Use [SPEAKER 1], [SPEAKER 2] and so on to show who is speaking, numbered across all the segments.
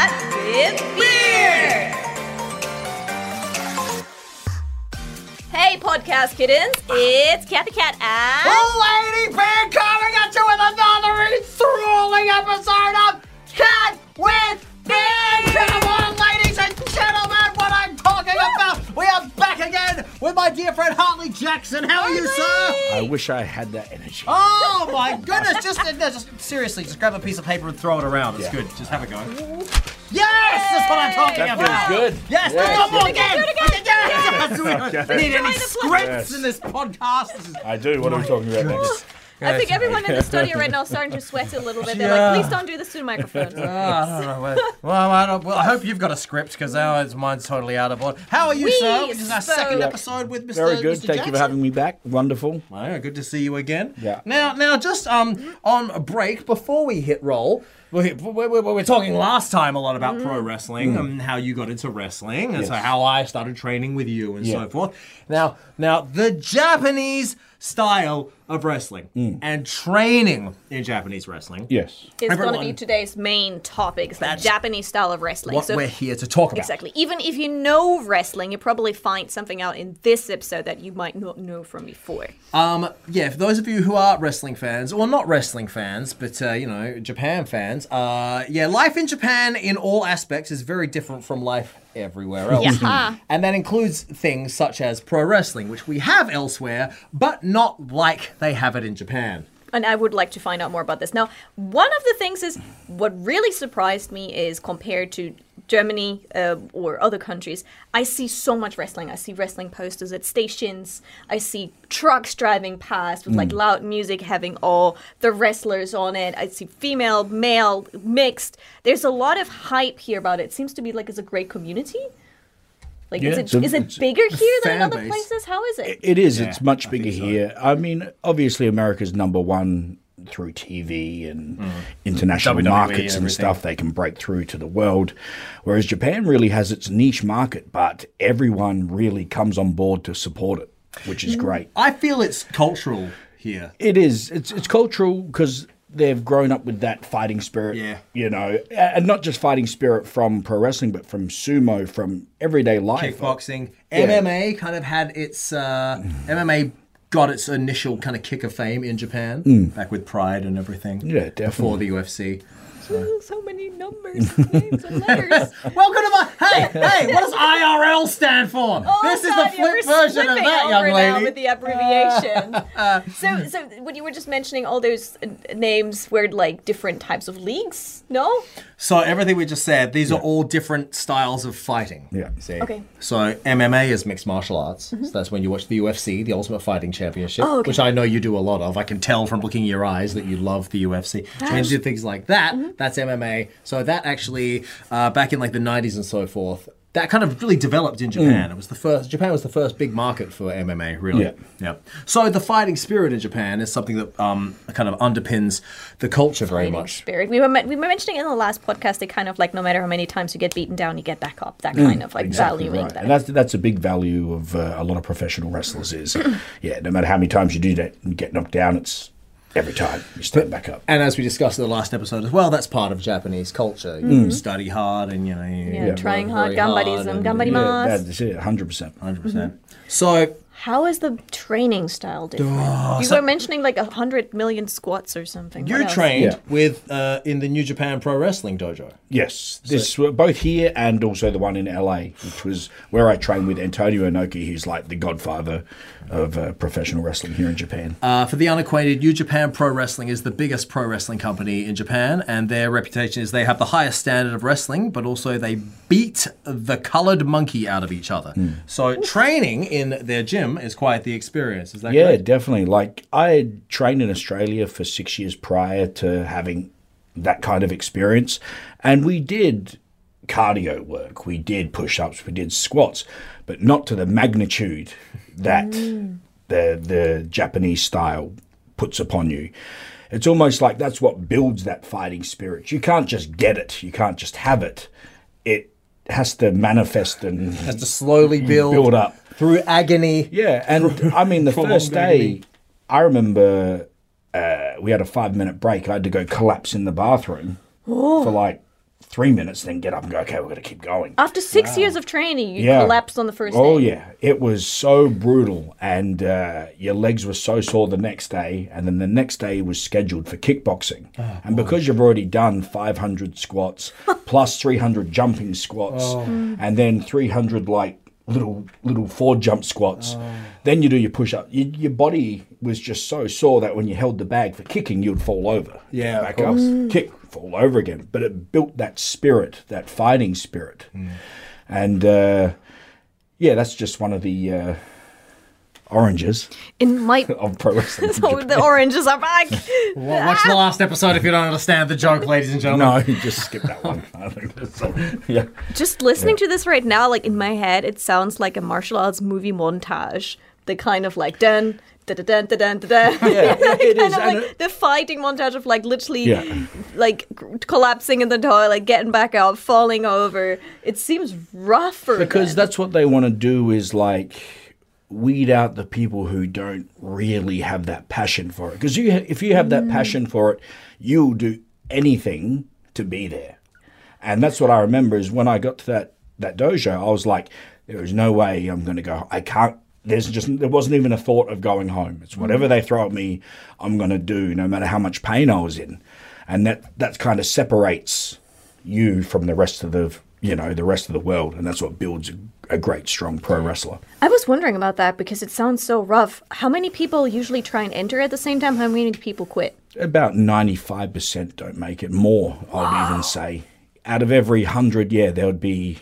[SPEAKER 1] It's beer! Hey, podcast kittens! It's Kathy Cat and
[SPEAKER 2] Lady Bear coming at you with another enthralling episode of Cat with Bear. Come on, ladies and gentlemen, what I'm talking about. We are back again with my dear friend Hartley Jackson. How are you, sir?
[SPEAKER 3] I wish I had that energy.
[SPEAKER 2] Oh my goodness! Just, uh, no, just seriously, just grab a piece of paper and throw it around. It's good. Just have a go. Yes, that's what I'm talking
[SPEAKER 3] That
[SPEAKER 2] about.
[SPEAKER 3] feels good.
[SPEAKER 2] Yes,
[SPEAKER 3] Yes.
[SPEAKER 2] come on again.
[SPEAKER 1] Do it again, do it again.
[SPEAKER 2] Yes.
[SPEAKER 3] Yes.
[SPEAKER 2] We need any
[SPEAKER 1] Enjoy the
[SPEAKER 2] scripts
[SPEAKER 1] flavor.
[SPEAKER 2] in this podcast. This is-
[SPEAKER 3] I do. What are we talking about next?
[SPEAKER 1] I think everyone in the studio right now is starting to sweat a little bit. They're
[SPEAKER 2] Yeah.
[SPEAKER 1] like, please don't do this to the microphone.
[SPEAKER 2] Oh, I don't know. Well, well, I don't, well, I hope you've got a script because ours, mine's totally out of order. How are you,
[SPEAKER 1] We
[SPEAKER 2] sir? This is our
[SPEAKER 1] spoke-
[SPEAKER 2] second
[SPEAKER 1] Yep.
[SPEAKER 2] episode with Mr.
[SPEAKER 3] Very good.
[SPEAKER 2] Mr.
[SPEAKER 3] Thank you for having me back. Wonderful.
[SPEAKER 2] Well, good to see you again.
[SPEAKER 3] Yeah.
[SPEAKER 2] Now, now, just um on a break before we hit roll, we we we we were talking last time a lot about pro
[SPEAKER 1] Mm-hmm.
[SPEAKER 2] wrestling and how you got into wrestling and so
[SPEAKER 3] Mm. Yes.
[SPEAKER 2] how I started training with you and
[SPEAKER 3] Yeah.
[SPEAKER 2] so forth. Now, now the Japanese style of wrestling
[SPEAKER 3] Mm.
[SPEAKER 2] and training in Japanese wrestling.
[SPEAKER 3] Yes.
[SPEAKER 1] It's going to be
[SPEAKER 2] Everyone.
[SPEAKER 1] today's main topic, it's the Japanese style of wrestling.
[SPEAKER 2] What
[SPEAKER 1] So-
[SPEAKER 2] we're here to talk about.
[SPEAKER 1] Exactly. Even if you know wrestling, you probably find something out in this episode that you might not know from before.
[SPEAKER 2] Um, yeah, for those of you who are wrestling fans, or not wrestling fans, but uh, you know, Japan fans, uh, yeah, life in Japan in all aspects is very different from life everywhere else.
[SPEAKER 1] Yeah.
[SPEAKER 2] And that includes things such as pro wrestling, which we have elsewhere, but not like they have it in Japan.
[SPEAKER 1] and I would like to find out more about this. Now, one of the things is what really surprised me is compared to Germany uh, or other countries, I see so much wrestling. I see wrestling posters at stations. I see trucks driving past with like
[SPEAKER 3] Hmm.
[SPEAKER 1] loud music having all the wrestlers on it. I see female, male, mixed. There's a lot of hype here about it. It seems to be like it's a great community. Like
[SPEAKER 3] Yeah,
[SPEAKER 1] is
[SPEAKER 3] it's
[SPEAKER 1] it
[SPEAKER 3] a-
[SPEAKER 1] is it
[SPEAKER 3] it's a-
[SPEAKER 1] bigger here than in
[SPEAKER 2] Fan
[SPEAKER 1] other
[SPEAKER 2] base.
[SPEAKER 1] places? How is it?
[SPEAKER 3] It is.
[SPEAKER 2] Yeah,
[SPEAKER 3] it's
[SPEAKER 2] I
[SPEAKER 3] much
[SPEAKER 2] think
[SPEAKER 3] bigger
[SPEAKER 2] so.
[SPEAKER 3] here. I mean, obviously, America's number one through TV and international
[SPEAKER 2] WWE,
[SPEAKER 3] markets E and
[SPEAKER 2] everything.
[SPEAKER 3] stuff. They can break through to the world. Whereas Japan really has its niche market, but everyone really comes on board to support it, which
[SPEAKER 2] Mm.
[SPEAKER 3] is great.
[SPEAKER 2] I feel it's cultural here.
[SPEAKER 3] It is. It's it's cultural because they've grown up with that fighting spirit.
[SPEAKER 2] Yeah.
[SPEAKER 3] You know, a- and not just fighting spirit from pro wrestling, but from sumo, from everyday life.
[SPEAKER 2] Kickboxing, MMA kind of had its uh, MMA got its initial kind of kick of fame in Japan, back with Pride and everything.
[SPEAKER 3] Mm. Yeah,
[SPEAKER 2] before
[SPEAKER 3] definitely.
[SPEAKER 2] the UFC.
[SPEAKER 1] Ooh, so many numbers, names, and letters.
[SPEAKER 2] Welcome to my hey hey. What does IRL stand for?
[SPEAKER 1] Oh,
[SPEAKER 2] this is the
[SPEAKER 1] God, you're
[SPEAKER 2] flip version of
[SPEAKER 1] slipping
[SPEAKER 2] that,
[SPEAKER 1] over
[SPEAKER 2] young
[SPEAKER 1] now
[SPEAKER 2] lady.
[SPEAKER 1] With the abbreviation. so, so when you were just mentioning all those uh, names, were like different types of leagues? No.
[SPEAKER 2] so everything we just said, these are all different styles of fighting.
[SPEAKER 3] Yeah.
[SPEAKER 2] See.
[SPEAKER 1] Okay.
[SPEAKER 2] So MMA is mixed martial arts. So that's when you watch the UFC, the Ultimate Fighting Championship,
[SPEAKER 1] Oh, okay.
[SPEAKER 2] which I know you do a lot of. I can tell from looking in your eyes that you love the UFC. So when you do things like that,
[SPEAKER 1] Mm-hmm.
[SPEAKER 2] that's MMA. So that actually, uh, back in like the '90s and so forth, that kind of really developed in Japan. It was the first. Japan was the first big market for MMA, really.
[SPEAKER 3] Yeah.
[SPEAKER 2] Yeah. So the fighting spirit in Japan is something that um, kind of underpins the culture very
[SPEAKER 1] Fighting
[SPEAKER 2] much.
[SPEAKER 1] Spirit. We were men- we were mentioning in the last podcast. They kind of like no matter how many times you get beaten down, you get back up. That kind of like valuing
[SPEAKER 3] Mm, Right.
[SPEAKER 1] that.
[SPEAKER 3] And that's that's a big value of uh, a lot of professional wrestlers is, yeah, no matter how many times you do that and get knocked down, it's every time you stand back up.
[SPEAKER 2] And as we discussed in the last episode as well, that's part of Japanese culture. You study hard and you know, you
[SPEAKER 1] Mm. yeah,
[SPEAKER 2] work
[SPEAKER 1] trying hard,
[SPEAKER 2] very hard
[SPEAKER 1] gambarism,
[SPEAKER 2] and-
[SPEAKER 1] gambarimasu.
[SPEAKER 3] Yeah, that's it, hundred percent.
[SPEAKER 2] 100%. percent
[SPEAKER 1] Mm-hmm.
[SPEAKER 2] So,
[SPEAKER 1] How is the training style different? you were mentioning like a hundred million squats or something.
[SPEAKER 2] you're
[SPEAKER 1] What else?
[SPEAKER 2] trained
[SPEAKER 3] Yeah.
[SPEAKER 2] with uh, in the New Japan Pro Wrestling Dojo.
[SPEAKER 3] Yes, this uh, both here and also the one in LA, which was where I trained with Antonio Inoki, who's like the godfather of uh, professional wrestling here in Japan.
[SPEAKER 2] Uh, for the unacquainted, New Japan Pro Wrestling is the biggest pro wrestling company in Japan, and their reputation is they have the highest standard of wrestling, but also they beat the colored monkey out of each other.
[SPEAKER 3] Mm.
[SPEAKER 2] So, training in their gym is quite the experience. Is that
[SPEAKER 3] Yeah,
[SPEAKER 2] correct?
[SPEAKER 3] definitely. Like I had trained in Australia for six years prior to having that kind of experience, and we did cardio work, we did push ups, we did squats, but not to the magnitude that the the Japanese style puts upon you. It's almost like that's what builds that fighting spirit. You can't just get it. You can't just have it. It has to manifest and
[SPEAKER 2] Has to slowly build,
[SPEAKER 3] Mm. build up.
[SPEAKER 2] through agony.
[SPEAKER 3] Yeah, and I mean the first day,
[SPEAKER 2] agony.
[SPEAKER 3] I remember uh, we had a five minute break. I had to go collapse in the bathroom for like three minutes, then get up and go, okay, we're going to keep going.
[SPEAKER 1] After six years of training, you
[SPEAKER 3] Yeah.
[SPEAKER 1] collapsed on the first
[SPEAKER 3] Oh,
[SPEAKER 1] day.
[SPEAKER 3] yeah. It was so brutal. And uh, your legs were so sore the next day. And then the next day was scheduled for kickboxing. and because you've already done 500 squats, plus 300 jumping squats, and then 300 like little little four jump squats, then you do your push up. Your, your body was just so sore that when you held the bag for kicking, you'd fall over.
[SPEAKER 2] Yeah, of
[SPEAKER 3] Back up, kick, fall over again. But it built that spirit, that fighting spirit.
[SPEAKER 2] Mm.
[SPEAKER 3] And. Uh, yeah, that's just one of the uh, oranges
[SPEAKER 1] In my
[SPEAKER 3] of pro wrestling.
[SPEAKER 1] so the oranges are back.
[SPEAKER 2] Well, watch the last episode if you don't understand the joke, ladies and gentlemen.
[SPEAKER 3] no, just skip that one. I think that's all. Yeah,
[SPEAKER 1] Just listening to this right now, like in my head, it sounds like a martial arts movie montage. The kind of like dun dun dun dun dun dun. dun.
[SPEAKER 3] yeah, it
[SPEAKER 1] kind
[SPEAKER 3] is.
[SPEAKER 1] of
[SPEAKER 3] And
[SPEAKER 1] like
[SPEAKER 3] it-
[SPEAKER 1] the fighting montage of like literally
[SPEAKER 3] Yeah.
[SPEAKER 1] like c- collapsing in the toilet, getting back up, falling over. It seems rougher
[SPEAKER 3] because
[SPEAKER 1] than-
[SPEAKER 3] that's what they want to do is like weed out the people who don't really have that passion for it. Because you, if you have that passion for it, you'll do anything to be there. And that's what I remember is when I got to that that dojo, I was like, there is no way I'm going to go. I can't. There's just there wasn't even a thought of going home. It's whatever they throw at me, I'm going to do, no matter how much pain I was in. And that that kind of separates you from the rest of the you know the rest of the world, and that's what builds a, a great strong pro wrestler.
[SPEAKER 1] I was wondering about that because it sounds so rough. How many people usually try and enter at the same time? How many people quit?
[SPEAKER 3] About 95% don't make it. More, I would even say. Out of every 100, yeah, there would be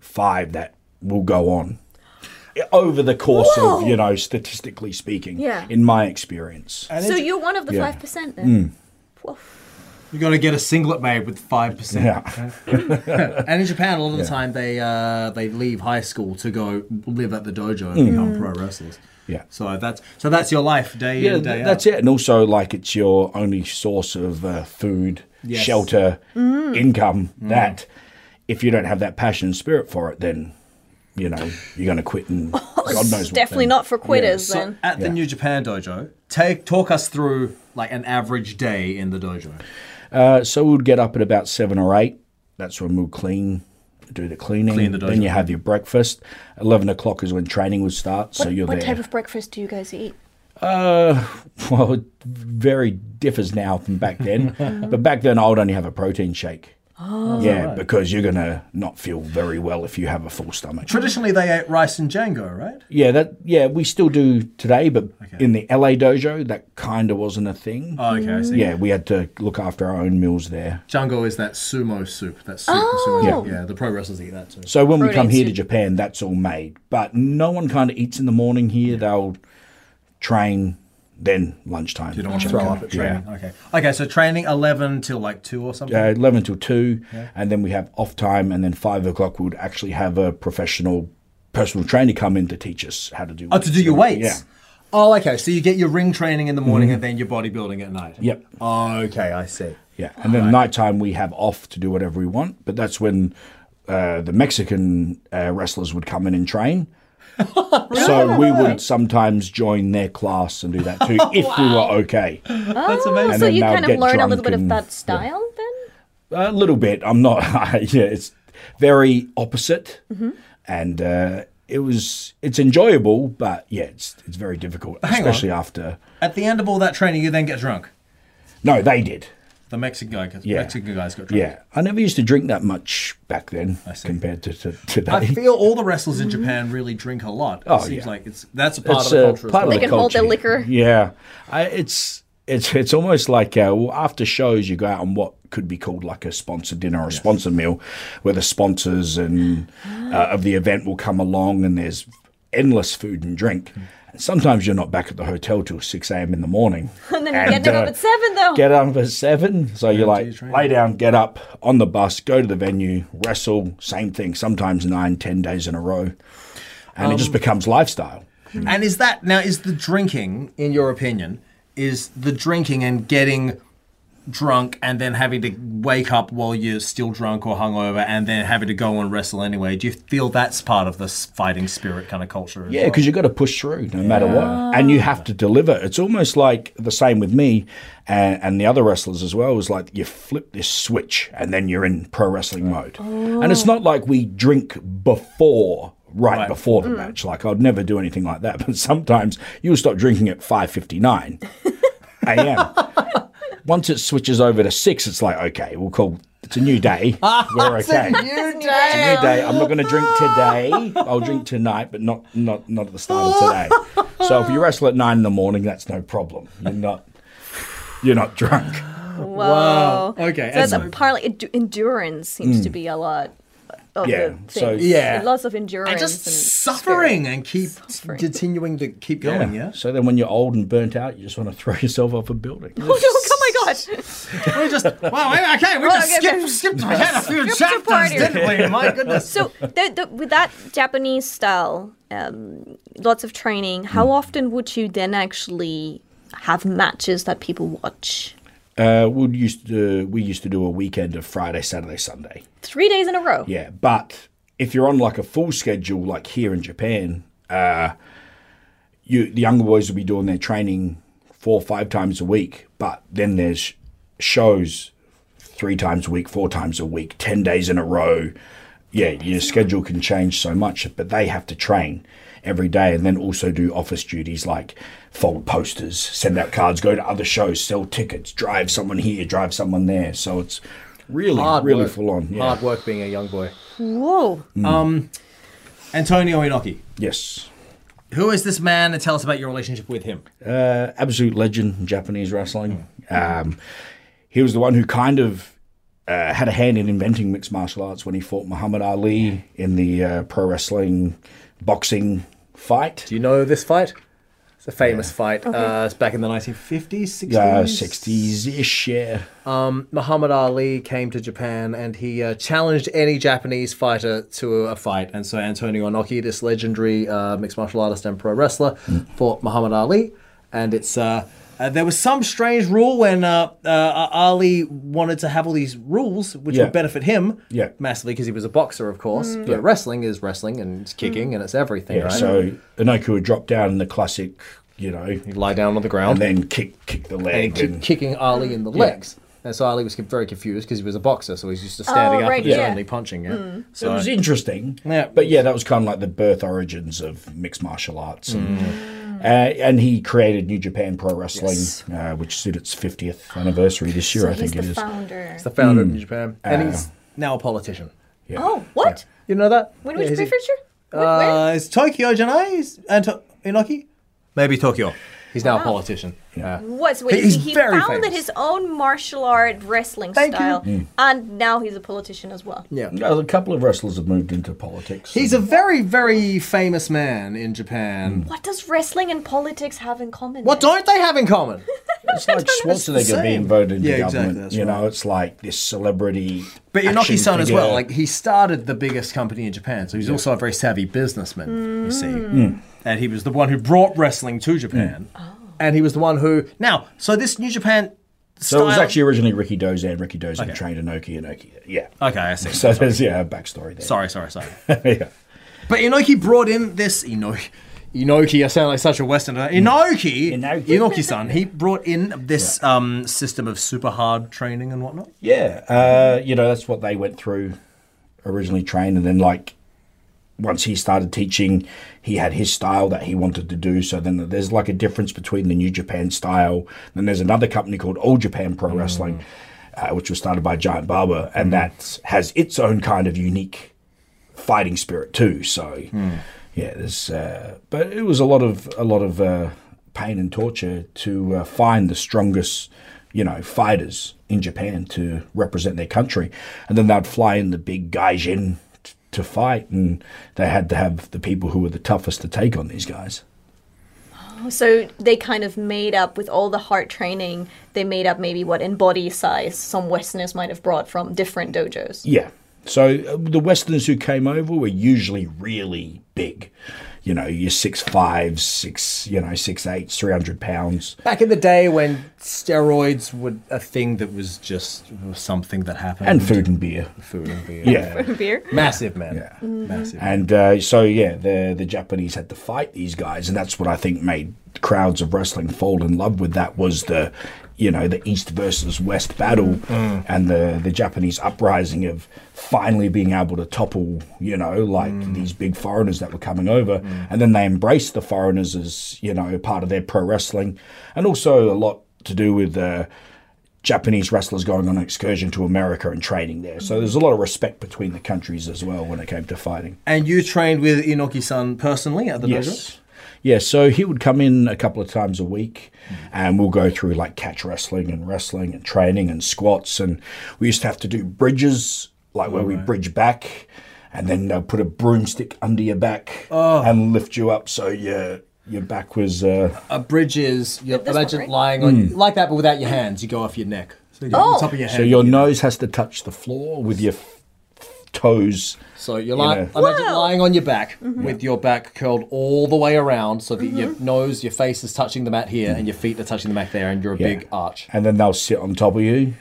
[SPEAKER 3] five that will go on over the course
[SPEAKER 1] Whoa.
[SPEAKER 3] of, you know, statistically speaking,
[SPEAKER 1] Yeah.
[SPEAKER 3] in my experience.
[SPEAKER 2] And
[SPEAKER 1] So
[SPEAKER 2] it's-
[SPEAKER 1] you're one of the
[SPEAKER 3] Yeah. Hmm.
[SPEAKER 1] five percent then. Whoa.
[SPEAKER 2] You got to get a singlet made with five percent.
[SPEAKER 3] Yeah.
[SPEAKER 2] And in Japan, a lot of the time they uh, they leave high school to go live at the dojo and become pro wrestlers.
[SPEAKER 3] Mm. Yeah.
[SPEAKER 2] So that's so that's your life day
[SPEAKER 3] Yeah,
[SPEAKER 2] in day
[SPEAKER 3] th-
[SPEAKER 2] out.
[SPEAKER 3] that's it. And also, like, it's your only source of uh, food,
[SPEAKER 2] Yes. Mm.
[SPEAKER 3] shelter,
[SPEAKER 1] Mm.
[SPEAKER 3] income. That if you don't have that passion and spirit for it, then, you know, you're going to quit and God
[SPEAKER 1] It's
[SPEAKER 3] knows what
[SPEAKER 1] definitely
[SPEAKER 3] then.
[SPEAKER 1] not for quitters
[SPEAKER 2] So
[SPEAKER 1] then.
[SPEAKER 2] at the New Japan dojo, take talk us through like an average day in the dojo.
[SPEAKER 3] Uh, so we'd get up at about seven or eight. That's when we'll clean, do the cleaning.
[SPEAKER 2] Clean the dojo.
[SPEAKER 3] then you have your breakfast. Eleven o'clock is when training would start. so
[SPEAKER 1] what
[SPEAKER 3] you're
[SPEAKER 1] what
[SPEAKER 3] there.
[SPEAKER 1] type of breakfast do you guys eat?
[SPEAKER 3] uh, well, it very differs now from back then. but back then, I would only have a protein shake. Oh. Yeah, because you're gonna not feel very well if you have a full stomach.
[SPEAKER 2] Traditionally, they ate rice and Django, right?
[SPEAKER 3] Yeah, that yeah we still do today, but in the LA dojo, that kind of wasn't a thing.
[SPEAKER 2] Oh, okay, I see.
[SPEAKER 3] yeah, we had to look after our own meals there.
[SPEAKER 2] Django is that sumo soup. That soup.
[SPEAKER 1] Oh.
[SPEAKER 2] Sumo. Yeah. yeah, the pro wrestlers eat that too.
[SPEAKER 3] So when we
[SPEAKER 1] Protein
[SPEAKER 3] come here to
[SPEAKER 1] soup.
[SPEAKER 3] Japan, that's all made. But no one kind of eats in the morning here. They'll train, then lunchtime. You
[SPEAKER 2] don't want to throw up at training. Okay. Okay, so training 11 till like 2 or something.
[SPEAKER 3] Uh, 11 till 2, and then we have off time, and then 5 o'clock we would actually have a professional personal trainer come in to teach us how to do
[SPEAKER 2] Oh, to do your
[SPEAKER 3] Yeah. Mm-hmm.
[SPEAKER 2] weights? Oh, okay. So you get your ring training in the morning and then your bodybuilding at night.
[SPEAKER 3] Yep.
[SPEAKER 2] Okay, I see.
[SPEAKER 3] Yeah, and then nighttime we have off to do whatever we want, but that's when uh, the Mexican uh, wrestlers would come in and train. So we would sometimes join their class and do that too, if we were okay.
[SPEAKER 1] Ah.
[SPEAKER 2] That's amazing.
[SPEAKER 3] And
[SPEAKER 1] so
[SPEAKER 3] then
[SPEAKER 1] you
[SPEAKER 3] they'll
[SPEAKER 1] kind of
[SPEAKER 3] get
[SPEAKER 1] learn a little
[SPEAKER 3] drunk
[SPEAKER 1] bit of
[SPEAKER 3] and-
[SPEAKER 1] that style then?
[SPEAKER 3] A little bit. I'm not. yeah, it's very opposite,
[SPEAKER 2] Mm-hmm.
[SPEAKER 3] and uh, it was. It's enjoyable, but yeah, it's it's very difficult,
[SPEAKER 2] on.
[SPEAKER 3] especially after.
[SPEAKER 2] At the end of all that training, you then get drunk.
[SPEAKER 3] No, they did.
[SPEAKER 2] The Mexican guy, gets,
[SPEAKER 3] Yeah.
[SPEAKER 2] Mexican guys got drunk.
[SPEAKER 3] Yeah, I never used to drink that much back then
[SPEAKER 2] see.
[SPEAKER 3] compared to, to today.
[SPEAKER 2] I feel all the wrestlers in Japan really drink a lot. It
[SPEAKER 3] Oh,
[SPEAKER 2] seems
[SPEAKER 3] yeah.
[SPEAKER 2] like it's that's a part of
[SPEAKER 3] it's
[SPEAKER 2] the
[SPEAKER 3] uh,
[SPEAKER 2] culture. as
[SPEAKER 3] part
[SPEAKER 2] well.
[SPEAKER 3] of
[SPEAKER 1] They
[SPEAKER 3] the
[SPEAKER 1] can hold their
[SPEAKER 3] culture.
[SPEAKER 1] liquor.
[SPEAKER 3] Yeah, I, it's it's it's almost like uh, well, after shows you go out on what could be called like a sponsor dinner or a sponsor meal, where the sponsors and uh, of the event will come along and there's endless food and drink.
[SPEAKER 2] Hmm.
[SPEAKER 3] And sometimes you're not back at the hotel till six a.m. in the morning,
[SPEAKER 1] And then you get to
[SPEAKER 3] uh,
[SPEAKER 1] up at seven though.
[SPEAKER 3] Get up at seven, so you're
[SPEAKER 2] you
[SPEAKER 3] like
[SPEAKER 2] train.
[SPEAKER 3] lay down, get up on the bus, go to the venue, wrestle. Same thing, sometimes nine, ten days in a row, and
[SPEAKER 2] Um,
[SPEAKER 3] it just becomes lifestyle.
[SPEAKER 2] Mm-hmm. And is that now is the drinking, in your opinion, is the drinking and getting drunk and then having to wake up while you're still drunk or hungover and then having to go and wrestle anyway. Do you feel that's part of this fighting spirit kind of culture? as
[SPEAKER 3] Yeah,
[SPEAKER 2] well?
[SPEAKER 3] because you've got to push through no matter what, and you have to deliver. It's almost like the same with me and, and the other wrestlers as well. Is like you flip this switch, and then you're in pro wrestling mode. And it's not like we drink before. Right,
[SPEAKER 2] Right.
[SPEAKER 3] before the match, like I'd never do anything like that. But sometimes you'll stop drinking at five fifty nine a.m. Once it switches over to six, it's like okay, we'll call. It's a new day. We're okay.
[SPEAKER 2] You do.
[SPEAKER 3] It's a new day. I'm not going to drink today. I'll drink tonight, but not not not at the start of today. So if you wrestle at nine in the morning, that's no problem. You're not you're not drunk.
[SPEAKER 1] Whoa.
[SPEAKER 2] Okay,
[SPEAKER 1] So that's
[SPEAKER 2] and-
[SPEAKER 1] apparently endu- endurance seems to be a lot of
[SPEAKER 3] Mm. Yeah,
[SPEAKER 1] the
[SPEAKER 3] so-
[SPEAKER 1] things.
[SPEAKER 2] Yeah.
[SPEAKER 1] Lots of endurance.
[SPEAKER 2] And just
[SPEAKER 1] and
[SPEAKER 2] suffering and keep
[SPEAKER 1] Suffering.
[SPEAKER 2] continuing to keep going, yeah?
[SPEAKER 3] So then when you're old and burnt out, you just want to throw yourself off a building.
[SPEAKER 1] Oh, no, oh my god!
[SPEAKER 2] We just, wow, okay, we just
[SPEAKER 1] okay, okay.
[SPEAKER 2] skipped, skipped ahead a few
[SPEAKER 1] Skipped a part
[SPEAKER 2] chapters,
[SPEAKER 1] here.
[SPEAKER 2] didn't we? My goodness.
[SPEAKER 1] So the, the, with that Japanese style, um, lots of training.
[SPEAKER 3] Mm.
[SPEAKER 1] How often would you then actually have matches that people watch?
[SPEAKER 3] Uh, we used to we used to do a weekend of Friday, Saturday, Sunday.
[SPEAKER 1] Three days in a row.
[SPEAKER 3] Yeah, but if you're on like a full schedule, like here in Japan, uh, you the younger boys will be doing their training four or five times a week, but then there's shows three times a week, four times a week, ten days in a row. Yeah, your schedule can change so much, but they have to train every day and then also do office duties like fold posters, send out cards, go to other shows, sell tickets, drive someone here, drive someone there. So it's really, really
[SPEAKER 4] work.
[SPEAKER 3] full on. Yeah.
[SPEAKER 4] Hard work being a young boy.
[SPEAKER 1] Whoa.
[SPEAKER 2] Um, Antonio Inoki,
[SPEAKER 3] Yes.
[SPEAKER 2] who is this man and tell us about your relationship with him?
[SPEAKER 3] uh, absolute legend in Japanese wrestling. Um, he was the one who kind of uh, had a hand in inventing mixed martial arts when he fought Muhammad Ali in the uh, pro wrestling boxing fight.
[SPEAKER 4] Do you know this fight? It's a famous fight. Uh, it's back in the 1950s, 60s.
[SPEAKER 3] Uh, 60s ish, yeah.
[SPEAKER 4] Um, Muhammad Ali came to Japan and he uh, challenged any Japanese fighter to a fight. And so Antonio Inoki, this legendary uh, mixed martial artist and pro wrestler,
[SPEAKER 3] Mm.
[SPEAKER 4] fought Muhammad Ali. And it's uh, uh, there was some strange rule when uh, uh, Ali wanted to have all these rules which
[SPEAKER 3] Yeah.
[SPEAKER 4] would benefit him
[SPEAKER 3] Yeah. Mm.
[SPEAKER 4] massively because he was a boxer, of course. But wrestling is wrestling and it's kicking and it's everything, right?
[SPEAKER 3] So Inoku would drop down in the classic, you know,
[SPEAKER 4] lie down on the ground
[SPEAKER 3] and then kick kick the leg.
[SPEAKER 4] and keep
[SPEAKER 3] and-
[SPEAKER 4] kicking Ali in the legs. And so Ali was very confused because he was a boxer, so he's used to standing
[SPEAKER 1] Oh,
[SPEAKER 4] up
[SPEAKER 1] right,
[SPEAKER 4] and just
[SPEAKER 1] yeah. Mm.
[SPEAKER 4] only punching. Yeah.
[SPEAKER 3] So it was interesting.
[SPEAKER 4] Yeah.
[SPEAKER 3] But yeah, that was kind of like the birth origins of mixed martial arts. And, uh, and he created New Japan Pro Wrestling, uh, which stood its 50th anniversary this year,
[SPEAKER 1] So
[SPEAKER 3] I
[SPEAKER 1] he's
[SPEAKER 3] think
[SPEAKER 1] the
[SPEAKER 3] it is.
[SPEAKER 1] founder.
[SPEAKER 4] The founder
[SPEAKER 2] Mm.
[SPEAKER 4] of New Japan, and
[SPEAKER 2] Ah.
[SPEAKER 4] he's now a politician.
[SPEAKER 3] Yeah.
[SPEAKER 1] Oh, what?
[SPEAKER 4] You know that?
[SPEAKER 1] When
[SPEAKER 4] Yeah,
[SPEAKER 1] which
[SPEAKER 4] he's a-
[SPEAKER 1] prefecture? Wh- where?
[SPEAKER 4] Uh, it's Tokyo, Janai. He's Anto- Inoki.
[SPEAKER 2] Maybe Tokyo.
[SPEAKER 4] He's now a politician. Yeah.
[SPEAKER 1] What? So wait,
[SPEAKER 4] he's
[SPEAKER 1] he
[SPEAKER 4] very
[SPEAKER 1] founded
[SPEAKER 4] famous.
[SPEAKER 1] his own martial art wrestling
[SPEAKER 4] Thank you.
[SPEAKER 1] style, and now he's a politician as well.
[SPEAKER 4] Yeah.
[SPEAKER 2] Mm.
[SPEAKER 3] No, a couple of wrestlers have moved into politics.
[SPEAKER 4] He's a very, very famous man in Japan.
[SPEAKER 2] Mm.
[SPEAKER 1] What does wrestling and politics have in common?
[SPEAKER 4] What
[SPEAKER 1] then?
[SPEAKER 4] don't they have in common?
[SPEAKER 3] it's like Schwarzenegger being voted into
[SPEAKER 4] Yeah, exactly,
[SPEAKER 3] government.
[SPEAKER 4] that's
[SPEAKER 3] you know, it's like this celebrity.
[SPEAKER 2] But
[SPEAKER 3] action
[SPEAKER 2] Inoki's son as
[SPEAKER 3] figure.
[SPEAKER 2] well, like he started the biggest company in Japan, so he's also a very savvy businessman, you see. And he was the one who brought wrestling to Japan.
[SPEAKER 4] and he was the one who.
[SPEAKER 2] Now, so this New Japan
[SPEAKER 3] So it was
[SPEAKER 2] style-
[SPEAKER 3] actually originally Ricky Dozan. Ricky Dozan
[SPEAKER 2] Okay.
[SPEAKER 3] trained Inoki. Inoki. Yeah.
[SPEAKER 2] Okay, I see.
[SPEAKER 3] So there's yeah a backstory there.
[SPEAKER 2] sorry, sorry, sorry.
[SPEAKER 3] yeah.
[SPEAKER 2] But Inoki brought in this Inoki. Inoki, I sound like such a Western. Inoki,
[SPEAKER 3] Inoki.
[SPEAKER 2] san. He brought in this um, system of super hard training and whatnot.
[SPEAKER 3] Yeah, uh, you know that's what they went through originally trained, and then like once he started teaching, he had his style that he wanted to do. So then there's like a difference between the New Japan style. Then there's another company called All Japan Pro Wrestling, uh, which was started by Giant Barber, and that has its own kind of unique fighting spirit too. So yeah, there's uh, but it was a lot of a lot of uh, pain and torture to uh, find the strongest you know fighters in Japan to represent their country, and then they'd fly in the big gaijin t- to fight, and they had to have the people who were the toughest to take on these guys.
[SPEAKER 1] So they kind of made up with all the hard training. They made up maybe what in body size some Westerners might have brought from different dojos.
[SPEAKER 3] Yeah. So uh, the Westerners who came over were usually really big. you know, your six fives, six, you know, six eights, three hundred pounds.
[SPEAKER 4] Back in the day when steroids would
[SPEAKER 2] A thing that was just something that happened.
[SPEAKER 3] And food and beer.
[SPEAKER 2] Food and beer.
[SPEAKER 3] Yeah.
[SPEAKER 1] beer.
[SPEAKER 4] massive man.
[SPEAKER 3] Yeah.
[SPEAKER 1] Mm-hmm.
[SPEAKER 2] Massive.
[SPEAKER 3] And uh, so yeah, the the Japanese had to fight these guys, and that's what I think made crowds of wrestling fall in love with that was the, you know, the East versus West battle, and the the Japanese uprising of finally being able to topple, you know, like these big foreigners that were coming over, and then they embraced the foreigners as you know part of their pro wrestling, and also a lot to do with. Uh, Japanese wrestlers going on an excursion to America and training there. So there's a lot of respect between the countries as well when it came to fighting.
[SPEAKER 2] And you trained with Inoki-san personally at the dojo?
[SPEAKER 3] Yes. Yeah, so he would come in a couple of times a week and we'll go through like catch wrestling and wrestling and training and squats. And we used to have to do bridges, like where we bridge back and then they'll put a broomstick under your back and lift you up so your, your back was. Uh,
[SPEAKER 4] A bridge is you
[SPEAKER 1] this one,
[SPEAKER 4] imagine
[SPEAKER 1] right?
[SPEAKER 4] lying on
[SPEAKER 2] Mm.
[SPEAKER 4] like that, but without your hands. You go off your neck. So you go on
[SPEAKER 1] Oh.
[SPEAKER 4] top of your head.
[SPEAKER 3] so your nose has to touch the floor with your f- toes.
[SPEAKER 4] So you're lying,
[SPEAKER 3] know.
[SPEAKER 4] imagine
[SPEAKER 1] Whoa.
[SPEAKER 4] lying on your back
[SPEAKER 1] Mm-hmm.
[SPEAKER 4] with your back curled all the way around so that your nose, your face is touching the mat
[SPEAKER 2] Mm.
[SPEAKER 4] here and your feet are touching the mat there and you're a
[SPEAKER 3] Yeah.
[SPEAKER 4] big arch.
[SPEAKER 3] And then they'll sit on top of you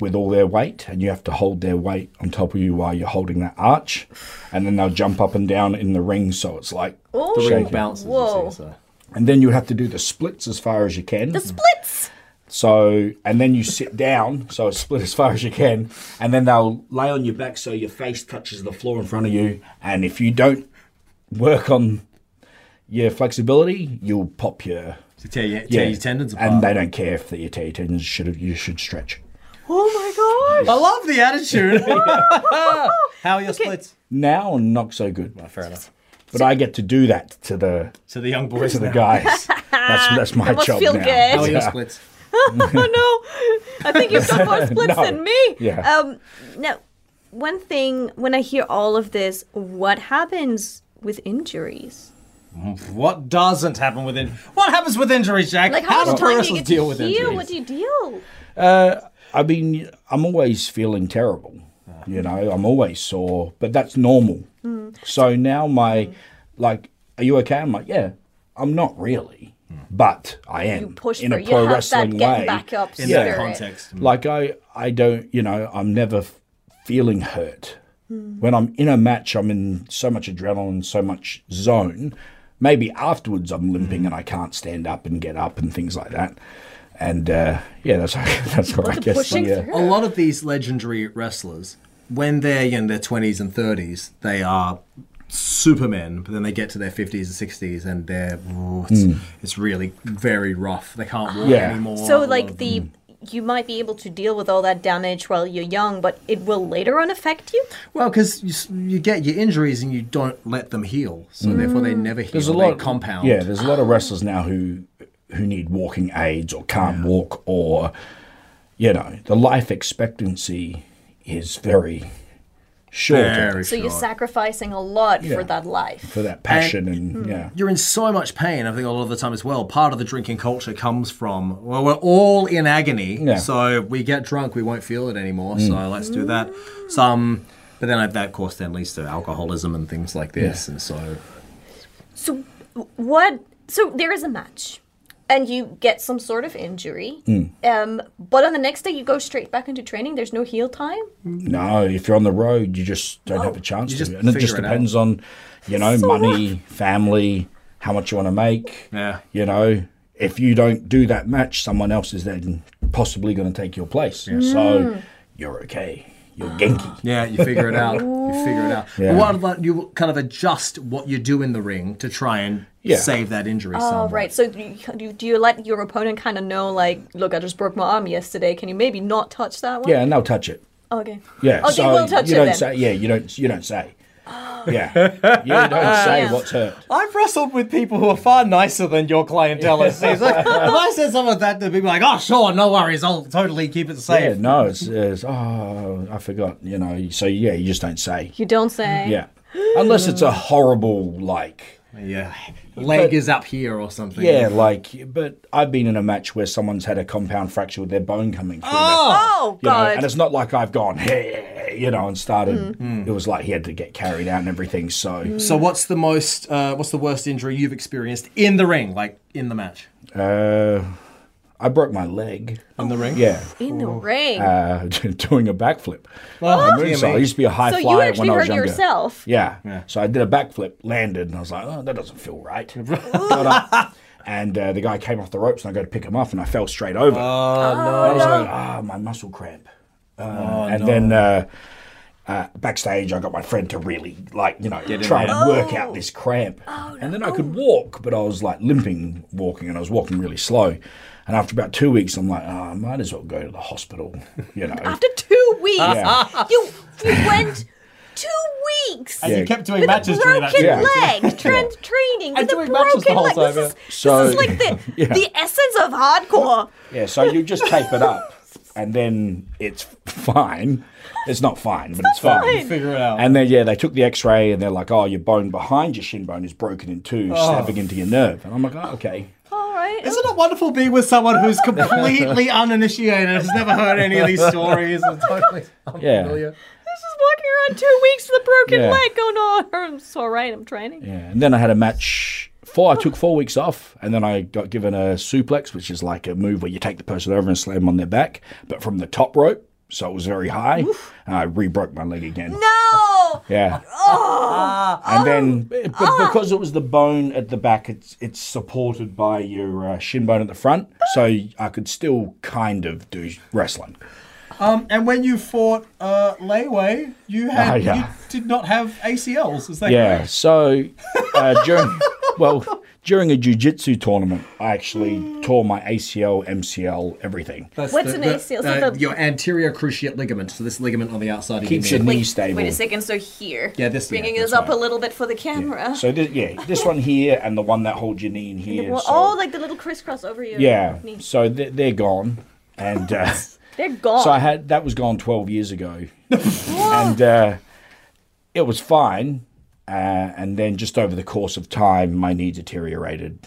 [SPEAKER 3] with all their weight, and you have to hold their weight on top of you while you're holding that arch. And then they'll jump up and down in the ring, so it's like
[SPEAKER 1] Oh.
[SPEAKER 4] The ring
[SPEAKER 3] shaking.
[SPEAKER 4] bounces. you see,
[SPEAKER 1] Whoa.
[SPEAKER 4] so.
[SPEAKER 3] And then you have to do the splits as far as you can.
[SPEAKER 1] The splits.
[SPEAKER 3] so, and then you sit down, so it's split as far as you can. And then they'll lay on your back so your face touches the floor in front of you. And if you don't work on your flexibility, you'll pop your.
[SPEAKER 2] To tear your, tear your tendons apart.
[SPEAKER 3] and they don't care if the, your tear tendons should you should stretch.
[SPEAKER 1] Oh my gosh.
[SPEAKER 2] I love the attitude. How are your splits?
[SPEAKER 3] Now, not so good.
[SPEAKER 2] Fair enough.
[SPEAKER 3] But I get to do that to the
[SPEAKER 2] So the young boys
[SPEAKER 3] to the
[SPEAKER 2] now.
[SPEAKER 3] guys. That's that's my
[SPEAKER 1] That must
[SPEAKER 3] job
[SPEAKER 1] feel
[SPEAKER 3] now.
[SPEAKER 1] good.
[SPEAKER 2] Oh,
[SPEAKER 4] How are your
[SPEAKER 3] Yeah.
[SPEAKER 4] splits?
[SPEAKER 1] oh no! I think you've got more splits
[SPEAKER 3] No.
[SPEAKER 1] than me.
[SPEAKER 3] Yeah.
[SPEAKER 1] Um, now, one thing when I hear all of this, what happens with injuries?
[SPEAKER 2] What doesn't happen with in- What happens with injuries, Jack?
[SPEAKER 1] Like how,
[SPEAKER 2] does
[SPEAKER 1] much time
[SPEAKER 2] pro
[SPEAKER 1] do you
[SPEAKER 2] wrestling
[SPEAKER 1] get to
[SPEAKER 2] deal with
[SPEAKER 1] heal?
[SPEAKER 2] injuries?
[SPEAKER 1] What do you deal?
[SPEAKER 3] I mean, I'm always feeling terrible. You know, I'm always sore, but that's normal.
[SPEAKER 1] Mm.
[SPEAKER 3] So now my like, are you okay? I'm like, yeah, I'm not really, but I am.
[SPEAKER 1] You push
[SPEAKER 3] in
[SPEAKER 1] for
[SPEAKER 3] a
[SPEAKER 1] you
[SPEAKER 3] pro
[SPEAKER 1] have that
[SPEAKER 3] wrestling
[SPEAKER 1] getting
[SPEAKER 3] way.
[SPEAKER 1] back up
[SPEAKER 2] in
[SPEAKER 1] Yeah.
[SPEAKER 2] that
[SPEAKER 1] Spirit.
[SPEAKER 2] context?
[SPEAKER 3] Mm. Like I, I don't, you know, I'm never f- feeling hurt.
[SPEAKER 1] Hmm.
[SPEAKER 3] When I'm in a match, I'm in so much adrenaline, so much zone. Maybe afterwards, I'm
[SPEAKER 1] Hmm.
[SPEAKER 3] limping and I can't stand up and get up and things like that. And uh, yeah, that's that's what I
[SPEAKER 1] the
[SPEAKER 3] guess.
[SPEAKER 1] pushing
[SPEAKER 3] yeah.
[SPEAKER 1] through.
[SPEAKER 2] a lot of these legendary wrestlers, when they're in their twenties and thirties, they are supermen. But then they get to their fifties and sixties, and they're ooh, it's, it's really very rough. They can't walk
[SPEAKER 3] Yeah.
[SPEAKER 2] anymore.
[SPEAKER 1] So
[SPEAKER 2] A lot
[SPEAKER 1] like
[SPEAKER 2] of
[SPEAKER 1] the. You might be able to deal with all that damage while you're young, but it will later on affect you.
[SPEAKER 2] Well, because you, s- you get your injuries and you don't let them heal, so therefore they
[SPEAKER 1] Hmm.
[SPEAKER 2] never heal.
[SPEAKER 3] There's a
[SPEAKER 2] they
[SPEAKER 3] lot
[SPEAKER 2] compound.
[SPEAKER 3] Yeah, there's a
[SPEAKER 1] Ah.
[SPEAKER 3] lot of wrestlers now who who need walking aids or can't walk or you know the life expectancy is very short
[SPEAKER 2] Very
[SPEAKER 1] So
[SPEAKER 2] short.
[SPEAKER 1] you're sacrificing a lot for
[SPEAKER 3] Yeah.
[SPEAKER 1] that life.
[SPEAKER 3] for that passion and,
[SPEAKER 1] Hmm.
[SPEAKER 3] yeah.
[SPEAKER 2] you're in so much pain. I think a lot of the time as well. Part of the drinking culture comes from well, we're all in agony,
[SPEAKER 3] Yeah.
[SPEAKER 2] so we get drunk, we won't feel it anymore.
[SPEAKER 4] Mm.
[SPEAKER 2] So let's do that. Some, but then that of course then leads to alcoholism and things like this, and so
[SPEAKER 1] So what? So there is a match, and you get some sort of injury.
[SPEAKER 3] Hmm.
[SPEAKER 1] Um, but on the next day, you go straight back into training. There's no heal time.
[SPEAKER 3] No, if you're on the road, you just don't
[SPEAKER 1] Oh,
[SPEAKER 3] have a chance
[SPEAKER 2] you
[SPEAKER 3] to.
[SPEAKER 2] just
[SPEAKER 3] And it just
[SPEAKER 2] figure it
[SPEAKER 3] depends on, you know, money, family, how much you want to make.
[SPEAKER 2] Yeah.
[SPEAKER 3] You know, if you don't do that match, someone else is then possibly going to take your place.
[SPEAKER 1] Mm.
[SPEAKER 3] So you're okay. You're Genki.
[SPEAKER 2] yeah, you figure it out. You figure it out.
[SPEAKER 3] Yeah.
[SPEAKER 2] But what about you? Kind of adjust what you do in the ring to try and
[SPEAKER 3] Yeah.
[SPEAKER 2] save that injury.
[SPEAKER 1] Oh,
[SPEAKER 2] somewhat.
[SPEAKER 1] right. So do you, do you let your opponent kind of know, like, look, I just broke my arm yesterday. Can you maybe not touch that one?
[SPEAKER 3] Yeah, and they'll touch it.
[SPEAKER 1] Okay.
[SPEAKER 3] Yeah.
[SPEAKER 1] Oh,
[SPEAKER 3] so
[SPEAKER 1] they will touch
[SPEAKER 3] you
[SPEAKER 1] it
[SPEAKER 3] don't
[SPEAKER 1] then. Oh.
[SPEAKER 3] say. Yeah, you don't. You don't say. Yeah. You don't say
[SPEAKER 1] Yeah.
[SPEAKER 3] what's hurt.
[SPEAKER 4] I've wrestled with people who are far nicer than your clientele. It seems like. if I said something like that, they'd be like, "Oh, sure, no worries, I'll totally keep it
[SPEAKER 3] Yeah.
[SPEAKER 4] safe."
[SPEAKER 3] No. It's, it's. Oh, I forgot. You know. So yeah, you just don't say. Mm,
[SPEAKER 1] You don't say.
[SPEAKER 3] Yeah. Unless it's a horrible like.
[SPEAKER 2] Yeah,
[SPEAKER 4] Leg
[SPEAKER 3] But-
[SPEAKER 4] is up here or something.
[SPEAKER 3] Yeah, like, but I've been in a match where someone's had a compound fracture with their bone coming through.
[SPEAKER 1] Oh
[SPEAKER 3] you know,
[SPEAKER 1] God. Mm.
[SPEAKER 3] and it's not like I've gone, hey, you know, and started. It was like he had to get carried out and everything. So
[SPEAKER 2] So what's the most? Uh, what's the worst injury you've experienced in the ring, like in the match?
[SPEAKER 3] uh, I broke my leg.
[SPEAKER 2] In the ring?
[SPEAKER 3] Yeah,
[SPEAKER 1] in the ring.
[SPEAKER 3] uh, doing a backflip.
[SPEAKER 2] Well,
[SPEAKER 3] I, I used to be a high
[SPEAKER 1] so you
[SPEAKER 3] flyer when
[SPEAKER 1] actually
[SPEAKER 3] I was
[SPEAKER 1] hurt
[SPEAKER 3] younger.
[SPEAKER 1] yourself.
[SPEAKER 3] Yeah. So I did a backflip, landed, and I was like, oh, that doesn't feel right. Got up, and uh, the guy came off the ropes, and I go to pick him up, and I fell straight over. I was
[SPEAKER 1] Oh,
[SPEAKER 3] like, ah, my muscle cramp. Uh,
[SPEAKER 2] Oh,
[SPEAKER 3] and then uh, uh, backstage, I got my friend to really, like, you know,
[SPEAKER 2] in
[SPEAKER 3] try
[SPEAKER 2] there.
[SPEAKER 3] and work
[SPEAKER 1] Oh.
[SPEAKER 3] out this cramp. And then I could walk, but I was like limping walking, and I was walking really slow. And after about two weeks, I'm like, oh, I might as well go to the hospital, you know.
[SPEAKER 1] After two weeks,
[SPEAKER 3] Yeah.
[SPEAKER 1] you you went two weeks
[SPEAKER 3] Yeah.
[SPEAKER 2] You kept doing
[SPEAKER 1] with
[SPEAKER 2] matches
[SPEAKER 1] a
[SPEAKER 2] during that.
[SPEAKER 1] broken
[SPEAKER 3] Yeah.
[SPEAKER 1] leg, tra- training with a
[SPEAKER 2] doing matches the
[SPEAKER 1] broken
[SPEAKER 2] whole
[SPEAKER 1] leg.
[SPEAKER 2] time,
[SPEAKER 1] This is,
[SPEAKER 3] So-
[SPEAKER 1] this is like the
[SPEAKER 3] Yeah.
[SPEAKER 1] the essence of hardcore.
[SPEAKER 3] Yeah, so you just tape it up, and then it's fine. It's not fine, but it's fine.
[SPEAKER 1] fine.
[SPEAKER 2] Figure it out.
[SPEAKER 3] And then yeah, they took the X-ray, and they're like, "Oh, your bone behind your shin bone is broken in two,
[SPEAKER 2] Oh.
[SPEAKER 3] snapping into your nerve." And I'm like, "Oh, okay."
[SPEAKER 1] All right.
[SPEAKER 2] Isn't it wonderful being with someone who's completely uninitiated, has never heard any of these stories?
[SPEAKER 4] Totally.
[SPEAKER 3] Yeah.
[SPEAKER 4] Familiar.
[SPEAKER 1] This is walking around two weeks with a broken
[SPEAKER 3] Yeah.
[SPEAKER 1] leg going on. I'm sorry, I'm training.
[SPEAKER 3] Yeah. And then I had a match. Four. I took four weeks off, and then I got given a suplex, which is like a move where you take the person over and slam them on their back, but from the top rope. So it was very high. And I re-broke my leg again.
[SPEAKER 1] No!
[SPEAKER 3] Yeah. and then, but because it was the bone at the back, it's it's supported by your uh, shin bone at the front, so I could still kind of do wrestling.
[SPEAKER 2] Um, and when you fought uh, Leyway, you had
[SPEAKER 3] Ah, yeah.
[SPEAKER 2] you did not have ACLs. Is that
[SPEAKER 3] Yeah.
[SPEAKER 2] correct?
[SPEAKER 3] So uh, during well during a jiu-jitsu tournament, I actually tore my ACL, MCL, everything.
[SPEAKER 2] That's
[SPEAKER 1] What's an ACL? So the-
[SPEAKER 2] uh, your anterior cruciate ligament. So this ligament on the outside of
[SPEAKER 3] Keeps
[SPEAKER 2] your
[SPEAKER 3] your
[SPEAKER 2] knee.
[SPEAKER 3] knee stable.
[SPEAKER 1] Wait a second, so here.
[SPEAKER 2] Yeah, this- yeah,
[SPEAKER 1] Bringing
[SPEAKER 2] that's
[SPEAKER 1] us up
[SPEAKER 3] right.
[SPEAKER 1] a little bit for the camera.
[SPEAKER 3] So this, yeah, this one here and the one that holds your knee in here.
[SPEAKER 1] Well,
[SPEAKER 3] so-
[SPEAKER 1] all like the little crisscross over your
[SPEAKER 3] yeah.
[SPEAKER 1] knee.
[SPEAKER 3] So they're, they're gone, and. Uh,
[SPEAKER 1] They're gone.
[SPEAKER 3] So I had that was gone twelve years ago, and uh, it was fine. Uh, and then just over the course of time, my knee deteriorated,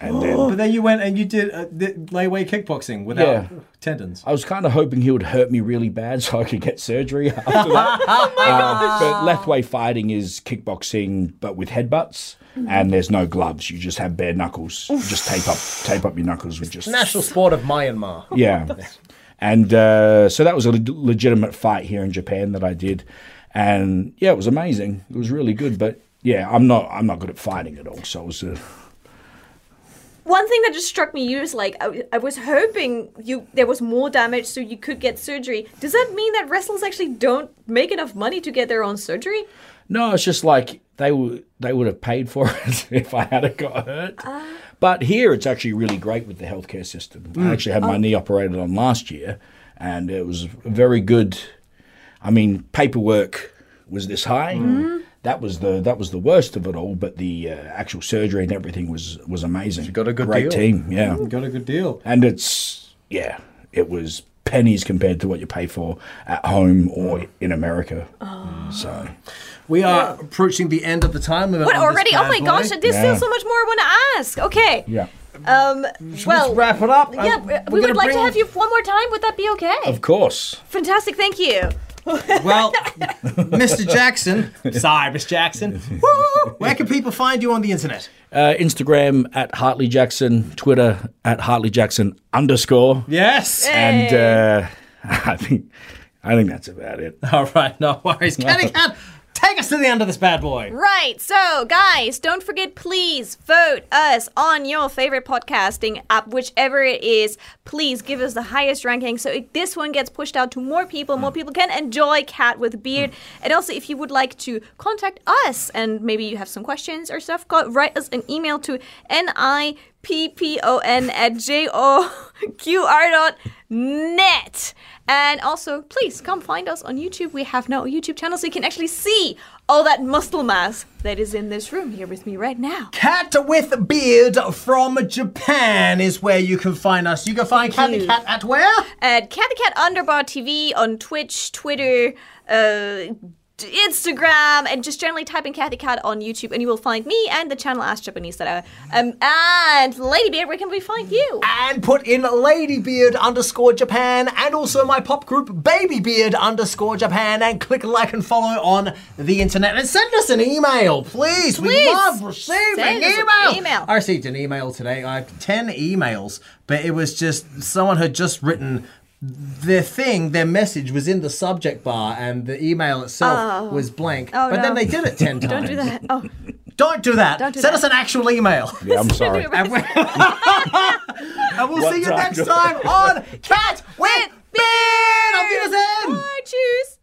[SPEAKER 3] and then
[SPEAKER 2] But then you went and you did uh, the Leyway kickboxing without
[SPEAKER 3] Yeah.
[SPEAKER 2] tendons.
[SPEAKER 3] I was kind of hoping he would hurt me really bad so I could get surgery after that. Uh, but left way fighting is kickboxing, but with headbutts. And there's no gloves. You just have bare knuckles. You just tape up, tape up your knuckles with just
[SPEAKER 4] National sport of Myanmar.
[SPEAKER 3] yeah. And uh, so that was a leg- legitimate fight here in Japan that I did, and yeah, it was amazing. It was really good, but yeah, I'm not I'm not good at fighting at all. So it was a,
[SPEAKER 1] One thing that just struck me, you was like, I, w- I was hoping you there was more damage so you could get surgery. Does that mean that wrestlers actually don't make enough money to get their own surgery?
[SPEAKER 3] no. It's just like they would they would have paid for it if I had got hurt. but here it's actually really great with the healthcare system. I actually had my knee operated on last year, and it was very good. I mean, paperwork was this high. That was the that was the worst of it all, but the uh, actual surgery and everything was was amazing. You
[SPEAKER 4] got a good
[SPEAKER 3] great
[SPEAKER 4] deal.
[SPEAKER 3] team, yeah,
[SPEAKER 2] Got a good deal.
[SPEAKER 3] and it's yeah, it was pennies compared to what you pay for at home or in America. So
[SPEAKER 2] We are
[SPEAKER 4] Approaching the end of the time limit.
[SPEAKER 1] But
[SPEAKER 4] on this
[SPEAKER 1] already, oh
[SPEAKER 4] bad
[SPEAKER 1] my
[SPEAKER 4] boy.
[SPEAKER 1] gosh, there's
[SPEAKER 3] Yeah.
[SPEAKER 1] still so much more I want to ask. Okay.
[SPEAKER 3] yeah,
[SPEAKER 1] Um. Well.
[SPEAKER 4] Let's wrap it up.
[SPEAKER 1] yeah,
[SPEAKER 4] Um,
[SPEAKER 1] we-
[SPEAKER 4] we're
[SPEAKER 1] we
[SPEAKER 4] gonna
[SPEAKER 1] would like to
[SPEAKER 4] bring-
[SPEAKER 1] have you one more time. Would that be okay?
[SPEAKER 3] of course.
[SPEAKER 1] Fantastic. Thank you.
[SPEAKER 2] well, Mr. Jackson, Cyrus Jackson. woo, Where can people find you on the internet?
[SPEAKER 3] Uh, Instagram at Hartley Jackson, Twitter at Hartley Jackson underscore.
[SPEAKER 2] Yes.
[SPEAKER 3] and uh, I think I think that's about it.
[SPEAKER 2] All right, no worries. Kenny Cat, take us to the end of this bad boy.
[SPEAKER 1] Right, so guys, don't forget, please vote us on your favorite podcasting app, whichever it is. Please give us the highest ranking so it, this one gets pushed out to more people. More people can enjoy Cat with Beard. And also, if you would like to contact us and maybe you have some questions or stuff, go, write us an email to nippon at joqr dot net. And also, please come find us on YouTube. We have now a YouTube channel so you can actually see all that muscle mass that is in this room here with me right now.
[SPEAKER 2] Cat with Beard from Japan is where you can find us. You can find Cat the
[SPEAKER 1] you.
[SPEAKER 2] Cat at where?
[SPEAKER 1] At Cat the Cat Underbar TV on Twitch, Twitter, uh, t- Instagram, and just generally type in Kathy Cat on YouTube, and you will find me and the channel Ask Japanese that I um and Lady Beard. Where can we find you?
[SPEAKER 3] Ah.
[SPEAKER 2] and put in ladybeard underscore japan and also my pop group babybeard underscore japan and click like and follow on the internet and send us an email please, we
[SPEAKER 1] Please,
[SPEAKER 2] love receiving
[SPEAKER 1] send us an
[SPEAKER 2] email.
[SPEAKER 1] email.
[SPEAKER 2] i received an email today i have 10 emails but it was just someone had just written their thing, their message was in the subject bar, and the email itself was blank.
[SPEAKER 1] Oh,
[SPEAKER 2] but
[SPEAKER 1] no.
[SPEAKER 2] then they did it ten times.
[SPEAKER 1] Don't do that. Oh,
[SPEAKER 2] Don't do that.
[SPEAKER 1] Don't do
[SPEAKER 2] Send
[SPEAKER 1] that.
[SPEAKER 2] us an actual email.
[SPEAKER 3] Yeah, I'm sorry.
[SPEAKER 2] And we- and we'll
[SPEAKER 3] What
[SPEAKER 2] see you
[SPEAKER 3] time
[SPEAKER 2] next
[SPEAKER 3] do-
[SPEAKER 2] time on Cat with Beard. Auf Wiedersehen.
[SPEAKER 1] Bye, Cheers.